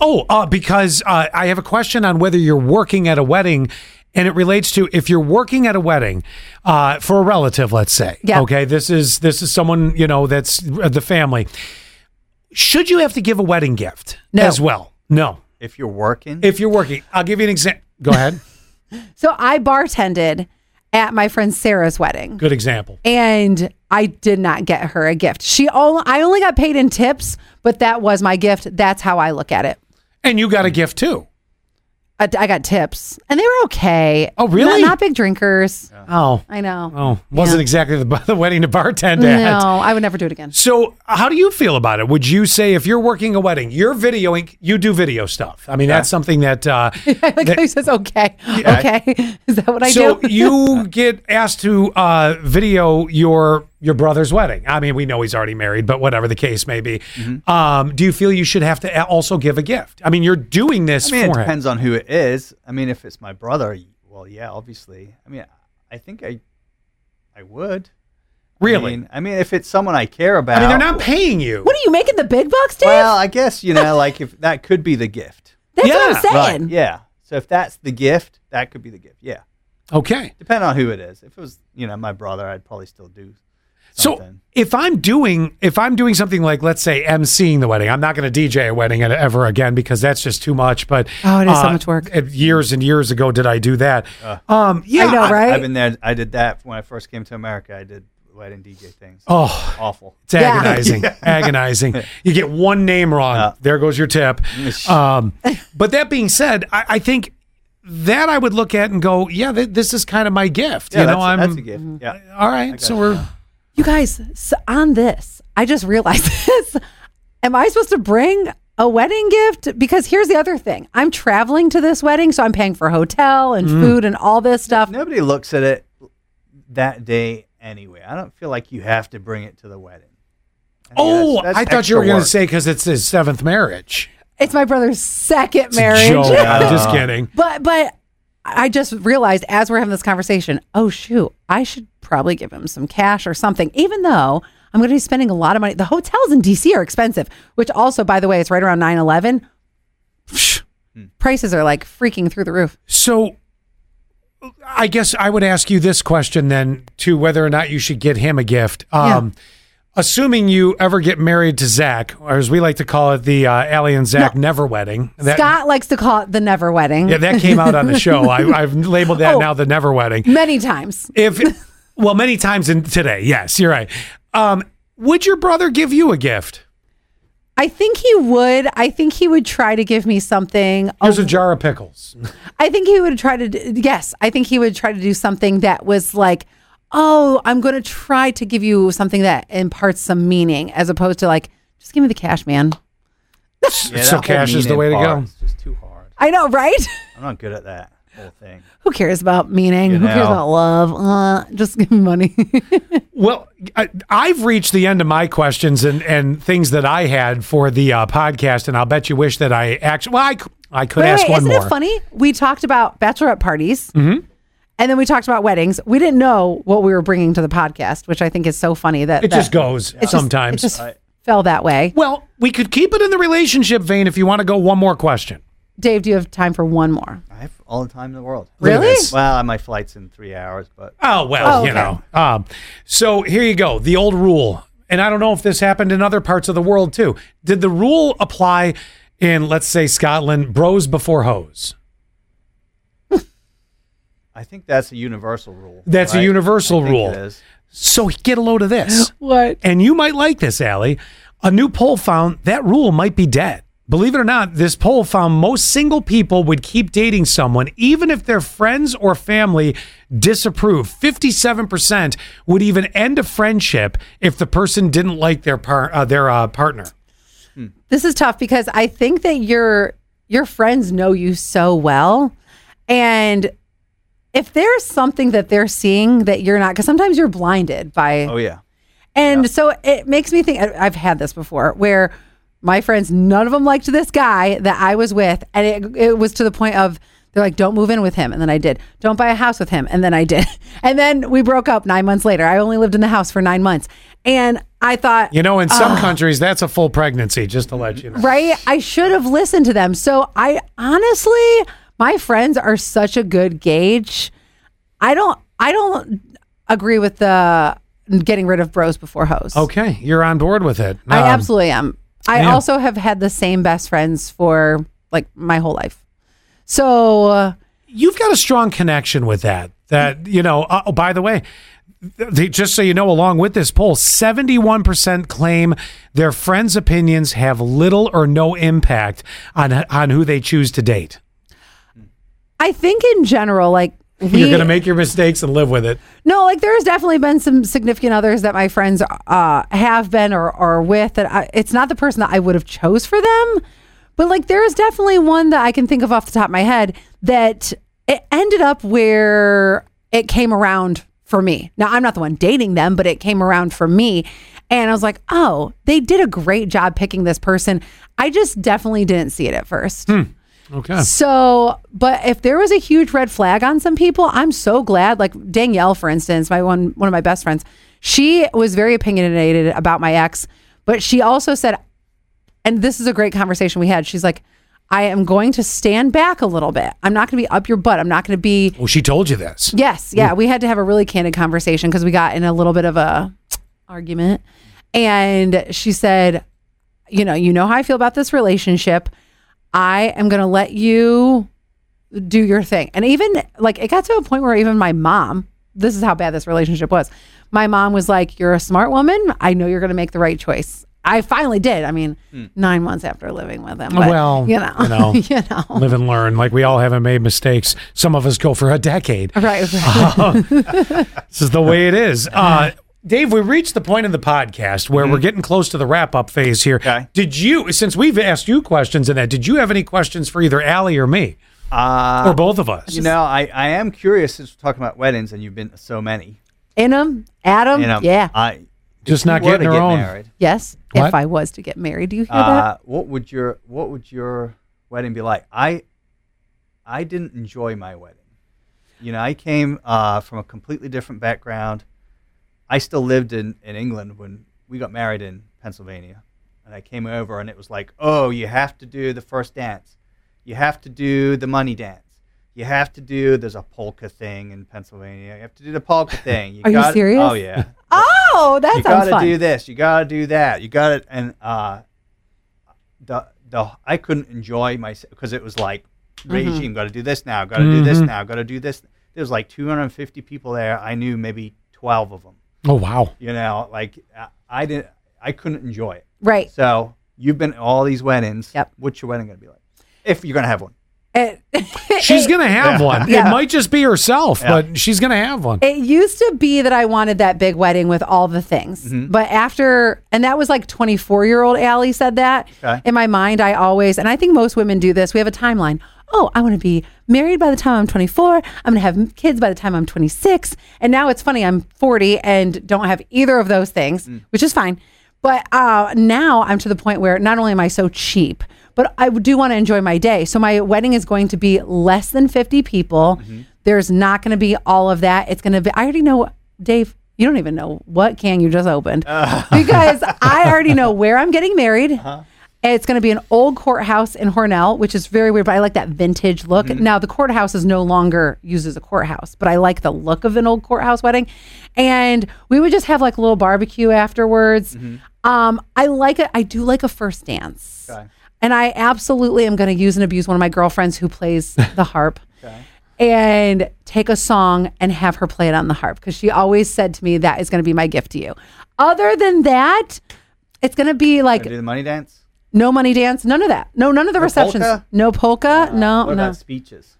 A: Oh, uh, because uh, I have a question on whether you're working at a wedding, and it relates to if you're working at a wedding uh, for a relative, let's say.
C: Yeah.
A: Okay, this is this is someone you know that's uh, the family. Should you have to give a wedding gift
C: No.
A: as well? No.
B: If you're working,
A: If you're working, I'll give you an example. Go ahead.
C: So I bartended at my friend Sarah's wedding,
A: Good example.
C: and I did not get her a gift. She all I only got paid in tips, but that was my gift. That's how I look at it.
A: And you got a gift too.
C: I, I got tips, and they were okay.
A: Oh, really?
C: Not, not big drinkers.
A: Oh.
C: I know.
A: Oh, wasn't exactly the, the wedding to bartend at.
C: No, I would never do it again.
A: So, how do you feel about it? Would you say if you're working a wedding, you're videoing, you do video stuff? I mean, that's something that. Uh,
C: like
A: that-
C: he says, okay, okay. Is that what I
A: so
C: do?
A: you get asked to uh, video your your brother's wedding. I mean, we know he's already married, but whatever the case may be,
B: Mm-hmm.
A: um, do you feel you should have to a- also give a gift? I mean, you're doing this
B: I mean, it
A: for him.
B: depends on who it is. I mean, if it's my brother, well, yeah, obviously. I mean, I think I, I would.
A: Really?
B: I mean, I mean, if it's someone I care about,
A: I mean, they're not paying you.
C: what are you making the big bucks, Dave?
B: Well, I guess you know, like if that could be the gift.
C: That's
A: yeah,
C: what I'm
B: Right.
C: saying.
B: Yeah. So if that's the gift, that could be the gift. Yeah.
A: okay.
B: Depending on who it is. If it was, you know, my brother, I'd probably still do.
A: So
B: something.
A: if I'm doing if I'm doing something like let's say emceeing the wedding, I'm not going to DJ a wedding e- ever again because that's just too much. But
C: Oh, it is so much work.
A: uh, Years and years ago, did I do that?
B: Uh.
A: um, yeah,
C: I know, right?
B: I've been there. I did that when I first came to America. I did wedding DJ things.
A: Oh,
B: Awful.
A: it's agonizing, agonizing. You get one name wrong,
B: Uh.
A: there goes your tip. Um, but that being said, I, I think that I would look at and go, yeah, th- this is kind of my gift.
B: Yeah,
A: you know,
B: that's,
A: I'm
B: that's a gift. Yeah.
A: all right. So we're
C: You guys, so on this, I just realized this. Am I supposed to bring a wedding gift? Because here's the other thing I'm traveling to this wedding, so I'm paying for hotel and
A: Mm.
C: food and all this stuff.
B: Nobody looks at it that day anyway. I don't feel like you have to bring it to the wedding. I think
A: oh,
B: that's- that's
A: I thought you were going
B: extra
A: to
B: work.
A: say because it's his seventh marriage.
C: It's my brother's second
A: It's a
C: marriage.
A: joke. I'm just kidding.
C: But but I just realized as we're having this conversation, oh shoot, I should probably give him some cash or something, even though I'm going to be spending a lot of money. The hotels in DC are expensive, which also, by the way, it's right around 9 11. Prices are like freaking through the roof.
A: So I guess I would ask you this question then to whether or not you should get him a gift. Um, Assuming you ever get married to Zach, or as we like to call it, the uh, Allie and Zach never wedding. That,
C: Scott likes to call it the never wedding
A: Yeah, that came out on the show. I, I've labeled that
C: Oh.
A: now the never wedding.
C: many times.
A: If well, many times in today, yes, you're right. Um, would your brother give you a gift?
C: I think he would. I think he would try to give me something Oh,
A: Here's a jar of pickles.
C: I think he would try to, d- yes, I think he would try to do something that was like, oh, I'm going to try to give you something that imparts some meaning as opposed to like, just give me the cash, man.
B: Yeah, that
A: so
B: whole
A: cash is the
B: meaning
A: way to
B: part
A: go.
B: is just too hard.
C: I know, right?
B: I'm not good at that whole thing.
C: Who cares about meaning?
B: You
C: Who cares
B: know.
C: about love? Uh, just give me money.
A: Well, I, I've reached the end of my questions and, and things that I had for the uh, podcast, and I'll bet you wish that I actually. Well, I, c- I could
C: Wait,
A: ask
C: wait,
A: one
C: isn't
A: more. Mm-hmm.
C: it funny? We talked about bachelorette parties. And then we talked about weddings. We didn't know what we were bringing to the podcast, which I think is so funny that
A: It
C: that-
A: just goes
C: it just-
A: sometimes.
C: it just fell that way.
A: well, we could keep it in the relationship vein if you want to go one more question.
C: Dave, do you have time for one more?
B: I have all the time in the world.
A: Look at
C: Really?
A: this.
B: Well, my flight's in three hours, but
A: Oh well,
C: Oh,
A: you
C: okay.
A: know. Um, so here you go. The old rule, and I don't know if this happened in other parts of the world too. Did the rule apply in, let's say, Scotland? Bros before hoes.
B: I think that's a universal rule.
A: That's a
B: right?
A: universal
B: I think
A: rule.
B: It is.
A: So get a load of this.
C: What?
A: And you might like this, Allie. A new poll found that rule might be dead. Believe it or not, this poll found most single people would keep dating someone even if their friends or family disapprove. 57% would even end a friendship if the person didn't like their par- uh, their uh, partner.
C: this is tough because I think that your your friends know you so well, and if there's something that they're seeing that you're not, because sometimes you're blinded by,
B: Oh yeah.
C: and so it makes me think. I- I've had this before where my friends, none of them liked this guy that I was with, and it it was to the point of. They're like, don't move in with him. And then I did. Don't buy a house with him. And then I did. And then we broke up nine months later. I only lived in the house for nine months. And I thought,
A: You know, in some countries, that's a full pregnancy, just to let you know.
C: Ah. right? I should have listened to them. So I honestly, my friends are such a good gauge. I don't, I don't agree with the getting rid of bros before hoes.
A: Okay, you're on board with it.
C: I
A: Um,
C: absolutely am. I
A: yeah.
C: also have had the same best friends for like my whole life. So uh,
A: you've got a strong connection with that. That you know. Uh, oh, by the way, th- th- just so you know, along with this poll, seventy-one percent claim their friends' opinions have little or no impact on on who they choose to date.
C: I think in general, like we,
A: You're going to make your mistakes and live with it.
C: No, like there's definitely been some significant others that my friends uh, have been or are with that I, it's not the person that I would have chose for them, but like there is definitely one that I can think of off the top of my head that it ended up where it came around for me. Now I'm not the one dating them, but it came around for me, and I was like, oh, they did a great job picking this person. I just definitely didn't see it at first.
A: Okay.
C: So, but if there was a huge red flag on some people, I'm so glad. Like Danielle, for instance, my one one of my best friends, she was very opinionated about my ex, but she also said, and this is a great conversation we had. She's like, I am going to stand back a little bit. I'm not going to be up your butt. I'm not going to be.
A: Well, she told you this.
C: Yes, yeah. We had to have a really candid conversation because we got in a little bit of a argument. And she said, You know, you know how I feel about this relationship. I am going to let you do your thing. And even like it got to a point where even my mom, this is how bad this relationship was. My mom was like, You're a smart woman. I know you're going to make the right choice. I finally did. I mean, nine months after living with him. But,
A: Hmm. well,
C: you know,
A: you know.
C: you know,
A: Live and learn. Like we all haven't made mistakes. Some of us go for a decade.
C: right? right.
A: This is the way it is. Uh, Dave, we reached the point in the podcast where we're getting close to the wrap up phase here.
B: Mm-hmm. Okay.
A: Did you, since we've asked you questions in that, did you have any questions for either Allie or me
B: Uh,
A: or both of us?
B: you know, I, I am curious since we're talking about weddings and you've been to so many.
C: In him, Adam.
B: And, um,
C: yeah.
B: I,
A: Just
B: if you
A: not
B: were to
A: getting her
B: get
A: own.
B: Married,
C: yes.
A: What?
C: If I was to get married, do you hear that?
B: uh, what would your What would your wedding be like? I I didn't enjoy my wedding. You know, I came uh, from a completely different background. I still lived in, in England when we got married in Pennsylvania. And I came over and it was like, oh, you have to do the first dance. You have to do the money dance. You have to do, there's a polka thing in Pennsylvania. You have to do the polka thing.
C: Are you
B: gotta-
C: serious?
B: Oh, yeah.
C: Oh, that
B: you
C: sounds
B: gotta
C: fun.
B: do this. You gotta do that. You gotta and uh, the the I couldn't enjoy myself because it was like
C: Mm-hmm.
B: regime. Gotta do this now. Gotta do this now. Gotta do this. There was like 250 people there. I knew maybe 12 of them.
A: oh, wow.
B: You know, like I, I didn't. I couldn't enjoy it.
C: Right.
B: So you've been to all these weddings.
C: Yep.
B: What's your wedding gonna be like? If you're gonna have one.
C: It,
A: She's going to have one.
C: Yeah.
A: It might just be herself, but she's going to have one.
C: it used to be that I wanted that big wedding with all the things.
B: Mm-hmm.
C: But after, and that was like 24 year old Allie said that.
B: Okay.
C: In my mind, I always, and I think most women do this, we have a timeline. Oh, I want to be married by the time I'm 24. I'm going to have kids by the time I'm 26. And now it's funny, I'm 40 and don't have either of those things, which is fine. But uh, now I'm to the point where not only am I so cheap, but I do want to enjoy my day. So my wedding is going to be less than 50 people. There's not going to be all of that. It's going to be, I already know, Dave, you don't even know what can you just opened because I already know where I'm getting married. And It's going to be an old courthouse in Hornell, which is very weird, but I like that vintage look. Now, the courthouse is no longer used as a courthouse, but I like the look of an old courthouse wedding. And we would just have like a little barbecue afterwards. Um, I like it. I do like a first dance.
B: Okay.
C: And I absolutely am going to use and abuse one of my girlfriends who plays the harp and take a song and have her play it on the harp because she always said to me, that is going to be my gift to you. Other than that, it's going to be like
B: Gonna do the money dance.
C: no money dance, none of that. No, none of the receptions.
B: polka?
C: No
A: Uh,
C: polka. no,
B: What
C: Oh, no.
B: about speeches?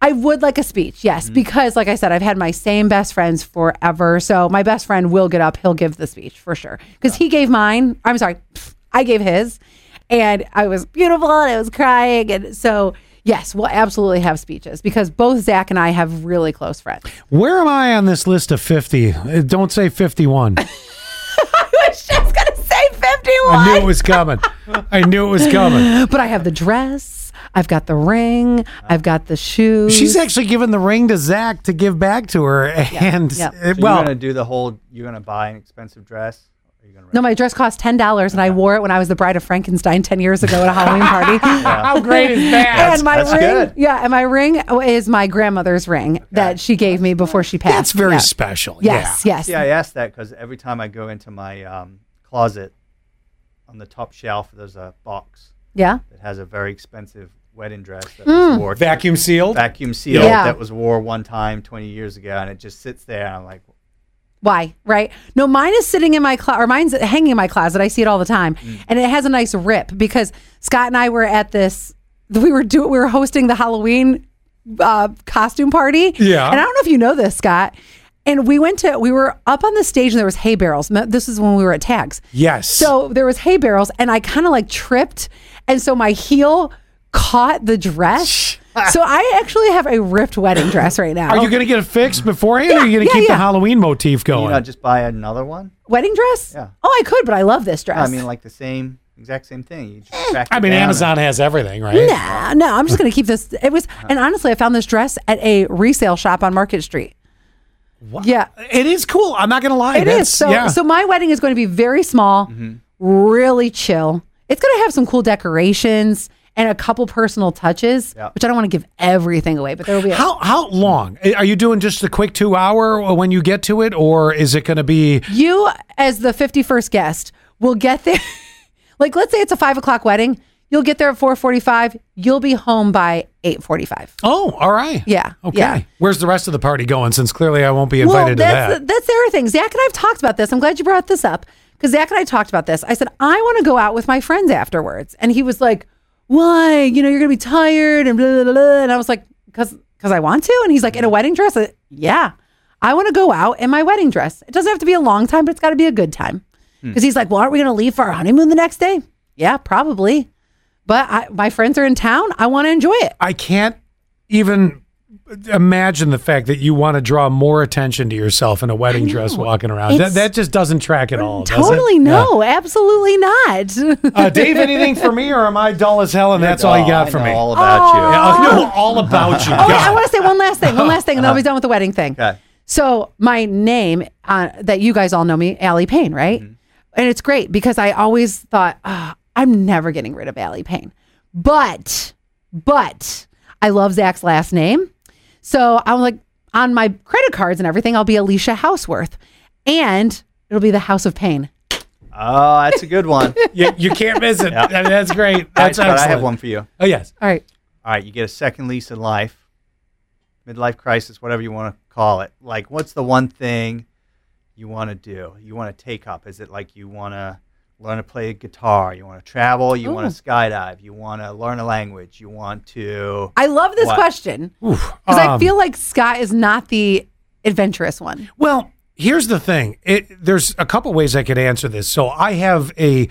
C: I would like a speech, yes,
A: Hmm.
C: because like I said, I've had my same best friends forever. So my best friend will get up, he'll give the speech for sure. Because he gave mine. I'm sorry, I gave his, and I was beautiful and I was crying. And so, yes, we'll absolutely have speeches because both Zach and I have really close friends.
A: Where am I on this list of 50? Uh, Don't say 51.
C: I was just going to say 51.
A: I knew it was coming. I knew it was coming.
C: but I have the dress, I've got the ring, I've got the shoes.
A: She's actually given the ring to Zach to give back to her. And,
C: Yep.
A: uh,
B: So
A: well,
B: you're gonna do the whole. You're gonna buy an expensive dress. Or you're gonna
C: No, my dress cost ten dollars, and I wore it when I was the bride of Frankenstein ten years ago at a Halloween party.
A: how great is that?
C: and my
B: that's
C: ring,
B: good.
C: yeah, and my ring is my grandmother's ring that she gave me before she passed.
A: That's very
C: Yeah.
A: special.
C: Yes,
A: Yeah.
C: yes.
B: See, I asked that because every time I go into my um, closet, on the top shelf, there's a box
C: Yeah.
B: that has a very expensive wedding dress that was wore
A: Vacuum sealed.
B: vacuum sealed
C: Hmm. Yeah.
B: that was wore one time 20 years ago, and it just sits there. And I'm like,
C: Why? Right? No, mine is sitting in my closet, or mine's hanging in my closet. I see it all the time, and it has a nice rip because Scott and I were at this. We were doing. We were hosting the Halloween uh, costume party.
A: Yeah.
C: and I don't know if you know this, Scott. And we went to. We were up on the stage, and there was hay barrels. This is when we were at Tags.
A: Yes.
C: So there was hay barrels, and I kind of like tripped, and so my heel caught the dress. so I actually have a ripped wedding dress right now.
A: Are you going to get it fixed beforehand, or are you going to
C: um, yeah,
A: keep
C: yeah.
A: the Halloween motif
B: you
A: going?
B: know, just buy another one.
C: wedding dress?
B: Yeah.
C: Oh, I could, but I love this dress.
B: I mean, like the same exact same thing. You
C: Hmm.
B: just track
A: I
B: it
A: mean,
B: down and-
A: Amazon has everything, right?
C: Nah, no, I'm just gonna keep this. It was,
A: Uh-huh.
C: and honestly, I found this dress at a resale shop on Market Street. Yeah,
A: It is cool. I'm not going to lie.
C: it
A: That's-
C: is. So,
A: yeah. Mm-hmm.
C: so my wedding is going to be very small, really chill. It's going to have some cool decorations, and a couple personal touches,
B: Yeah.
C: which I don't want to give everything away, but there will be a,
A: How how long are you doing? Just the quick two hour when you get to it, or is it going to be?
C: you as the 51st guest will get there. like let's say it's a five o'clock wedding. You'll get there at 445. You'll be home by 845.
A: Oh, all right.
C: Yeah,
A: Okay.
C: yeah.
A: Where's the rest of the party going? Since clearly I won't be invited
C: well,
A: to
C: that's
A: that.
C: that's the other thing. Zach and I have talked about this. I'm glad you brought this up because Zach and I talked about this. I said I want to go out with my friends afterwards, and he was like, "Why? You know, you're gonna be tired and blah blah blah." blah." And I was like, "Cause, cause I want to." And he's like, "In a wedding dress? I, yeah, I want to go out in my wedding dress. It doesn't have to be a long time, but it's got to be a good time."
A: Hmm.
C: Because he's like, "Well, aren't we gonna leave for our honeymoon the next day?" Yeah, probably. But I, my friends are in town. I want to enjoy it.
A: I can't even imagine the fact that you want to draw more attention to yourself in a wedding dress walking around. That,
C: It's-
A: that just doesn't track at all. does it?
C: Totally
A: Yeah.
C: no, absolutely not.
A: Uh, Dave, anything for me, or am I dull as hell and that's all you
B: Oh,
A: got
B: I
A: for
B: know
A: me?
B: All about you.
A: Yeah, I know all about you.
C: Oh, wait,
A: God.
C: I want to say one last thing. One last thing, and then I'll be done with the wedding thing.
B: Okay.
C: So my name uh, that you guys all know me, Allie Payne, right? And it's great because I always thought "Ah, I'm never getting rid of Allie Payne, but but I love Zach's last name, so I'm like on my credit cards and everything. I'll be Alicia Houseworth, and it'll be the House of Payne.
B: Oh, that's a good one.
A: you, you can't miss it. I mean, that's great. That's
B: That's I have
A: excellent.
B: one for you.
A: Oh yes.
C: All right,
B: All right, you get a second lease in life, midlife crisis, whatever you want to call it. Like, what's the one thing you want to do? You want to take up? Is it like you want to learn to play guitar? You want to travel? You want to skydive? You want to learn a language? You want to? Uh,
C: I love this
B: What?
C: question because I
A: Um,
C: feel like Scott is not the adventurous one.
A: Well, here's the thing. It, there's a couple ways I could answer this. So I have a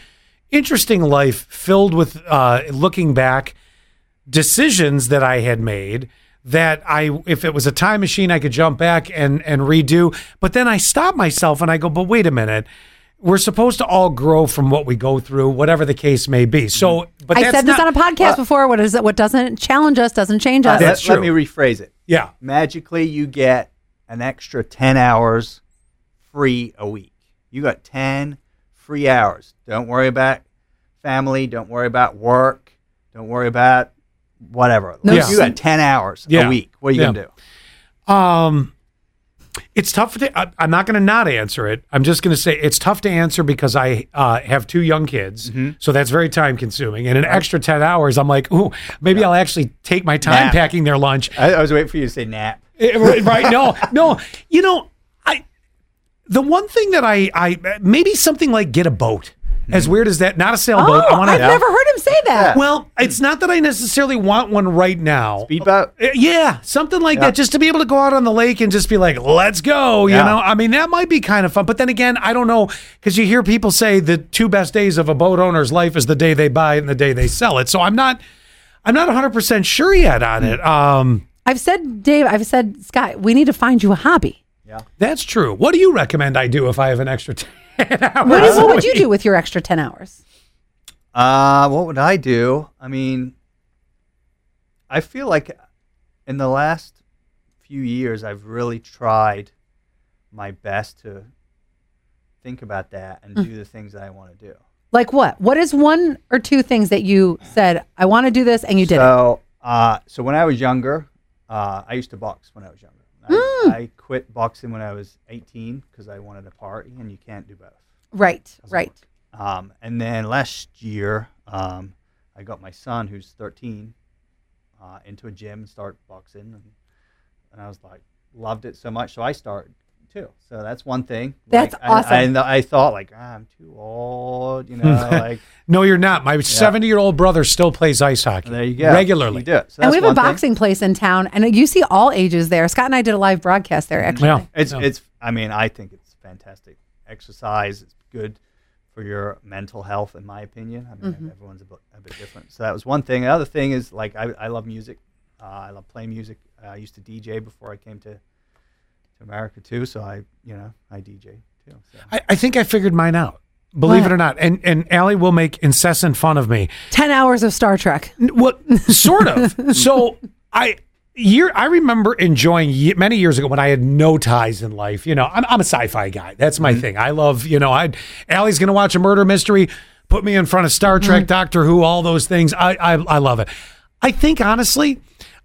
A: interesting life filled with uh, looking back decisions that I had made that I if it was a time machine I could jump back and and redo but then I stop myself and I go but wait a minute we're supposed to all grow from what we go through whatever the case may be so but
C: I
A: that's
C: said this
A: not-
C: on a podcast before. What is it? What doesn't challenge us doesn't change us.
A: That's
B: let,
A: true.
B: Let me rephrase it.
A: yeah
B: Magically, you get an extra ten hours free a week. You got ten free hours. Don't worry about family. Don't worry about work. Don't worry about whatever.
C: No
B: You
C: sleep.
B: got ten hours
A: Yeah.
B: a week. What are you
A: Yeah.
B: gonna do?
A: Um, it's tough to. I, I'm not going to not answer it. I'm just going to say it's tough to answer because I uh, have two young kids, so that's very time consuming. And an extra ten hours, I'm like, ooh, maybe I'll actually take my time
B: Nap.
A: packing their lunch.
B: I, I was waiting for you to say nap.
A: Eh, right, right? No, no. You know, I. The one thing that I, I maybe something like get a boat. As weird as that, not a sailboat.
C: oh,
A: I want
C: I've
A: to.
C: never heard him say that.
A: Well, it's not that I necessarily want one right now.
B: Speedboat.
A: Uh, Yeah, something like that. Just to be able to go out on the lake and just be like, let's go. You
B: Yeah.
A: know, I mean, that might be kind of fun. But then again, I don't know because you hear people say the two best days of a boat owner's life is the day they buy it and the day they sell it. So I'm not, I'm not 100 percent sure yet on it. Um,
C: I've said, Dave, I've said, Scott, we need to find you a hobby.
A: that's true. What do you recommend I do if I have an extra 10 hours?
C: What, is, what would you do with your extra 10 hours?
B: Uh, what would I do? I mean, I feel like in the last few years, I've really tried my best to think about that
C: Hmm.
B: and do the things that I want to do.
C: Like what? What is one or two things that you said, I want to do this and you did it?
B: So, uh, so when I was younger, uh, I used to box when I was younger. I,
C: Hmm.
B: I quit boxing when I was 18 because I wanted a party, and you can't do both.
C: Right, right.
B: Um, and then last year, um, I got my son, who's 13, uh, into a gym and started boxing. And, and I was like, loved it so much. So I started too. So that's one thing.
C: That's
B: Like, I- I,
C: awesome.
B: I, thought, like, ah, I'm too old, you know, like,
A: No, you're not. My 70 year old brother still plays ice hockey.
B: there you go.
A: regularly.
B: You do it. So that's
C: and we have a
B: one thing.
C: boxing place in town, and you see all ages there. Scott and I did a live broadcast there, actually.
A: Yeah.
B: It's,
A: Yeah.
B: it's, I mean, I think it's fantastic exercise. It's good for your mental health, in my opinion. I mean,
A: Mm-hmm.
B: everyone's a bit, a bit different. So that was one thing. The other thing is, like, I, I love music. Uh, I love playing music. Uh, I used to DJ before I came to, to America, too. So I, you know, I DJ, too. So.
A: I, I think I figured mine out. Believe
C: What?
A: it or not, and and Allie will make incessant fun of me.
C: 10 hours of Star Trek.
A: Well, sort of. so I year I remember enjoying ye- many years ago when I had no ties in life. You know, I'm, I'm a sci-fi guy. That's my thing. I love. You know, I Allie's gonna watch a murder mystery. put me in front of Star Trek, Doctor Who, all those things. I, I I love it. I think honestly,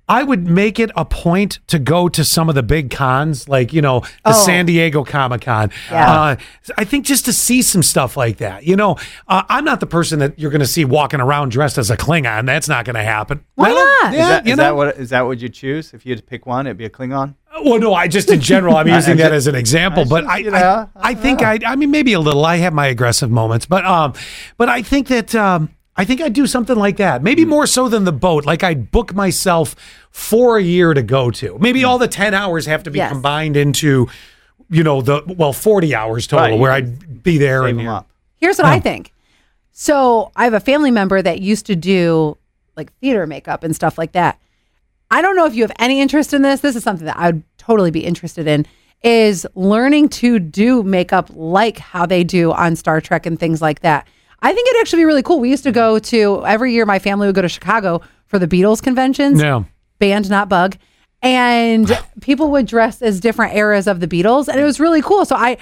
A: I would make it a point to go to some of the big cons, like you know the
C: Oh.
A: San Diego Comic Con. Uh, I think just to see some stuff like that. You know, uh, I'm not the person that you're going to see walking around dressed as a Klingon. That's not going to happen.
C: Why
A: Well,
C: not?
A: Yeah,
B: Is, that,
A: you
B: is
A: know.
B: that what is that what you choose? If you had to pick one, it'd be a Klingon.
A: Well, no, I just in general, I'm using that as an example, but I,
B: you
A: I,
B: know,
A: I think I, I mean, maybe a little. I have my aggressive moments, but um, but I think that um, I think I'd do something like that.
B: Hmm.
A: Maybe more so than the boat. Like I'd book myself for a year to go to.
B: Hmm.
A: Maybe all the ten hours have to be
C: Yes.
A: combined into, you know, the well, forty hours total,
B: Right, you
A: where
B: can
A: I'd be there
B: Save
A: and
B: them up.
C: Here's what I think. So I have a family member that used to do like theater makeup and stuff like that. I don't know if you have any interest in this. This is something that I would totally be interested in is learning to do makeup like how they do on Star Trek and things like that. I think it'd actually be really cool. We used to go to every year my family would go to Chicago for the Beatles conventions
A: yeah.
C: band not bug and people would dress as different eras of the beatles and it was really cool so i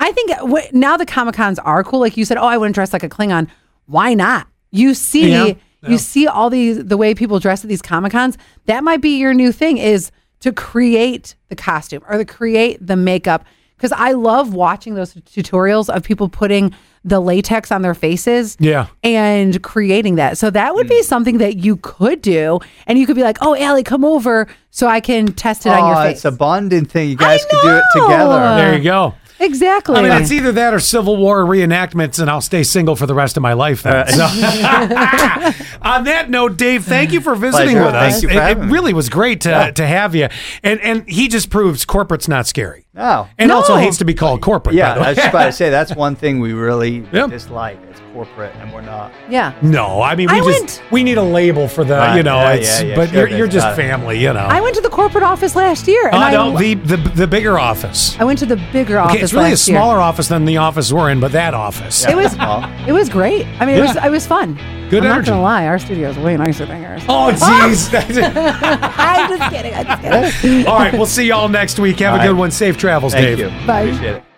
C: i think wh- now the comic cons are cool like you said oh i wouldn't dress like a klingon why not you see
A: Yeah, yeah.
C: you see all these the way people dress at these comic cons that might be your new thing is to create the costume or to create the makeup because i love watching those tutorials of people putting the latex on their faces
A: Yeah. Mm.
C: and creating that. So that would be something that you could do, and you could be like, "Oh, Allie, come over so I can test it on your
B: Oh,
C: face."
B: it's a bonding thing. You guys could do it
C: know.
B: together.
A: There you go.
C: exactly.
A: I mean, it's either that or Civil War reenactments, and I'll stay single for the rest of my life.
B: Uh,
A: Then. So- on that note, Dave, thank you for visiting
B: Pleasure.
A: with us.
B: Thank you for
A: it, it
B: having me.
A: really was great to, to have you, and and he just proves corporate's not scary,
B: No.
A: and also
C: No.
A: hates to be called corporate.
B: Yeah, I
A: by
B: was
A: the
B: just
A: way.
B: about to say that's one thing we really
A: Yeah.
B: dislike. It's corporate, and we're not.
C: yeah.
A: no, I mean we
C: I
A: just
C: went-
A: we need a label for the
B: Right,
A: you know
B: yeah,
A: it's
B: yeah, yeah,
A: but
B: sure,
A: you're, you're
B: Dave's
A: just
B: got it.
A: family, you know.
C: I went to the corporate office last year, and
A: Uh,
C: I,
A: no, the, the the bigger office.
C: I went to the bigger
A: Okay,
C: office.
A: it's really a
C: last year.
A: smaller office than the office we're in, but that office.
C: It was.
B: Well,
C: It was great. I mean, it was.
A: Yeah.
C: It was fun.
A: Good
C: I'm
A: energy.
C: not gonna lie, our studio is way nicer than yours.
A: Oh, jeez.
C: I'm just kidding. I'm just kidding.
A: All right, we'll see y'all next week. Have a
B: All right.
A: good one. Safe travels, Dave.
B: Thank you.
C: Bye.
B: Appreciate it.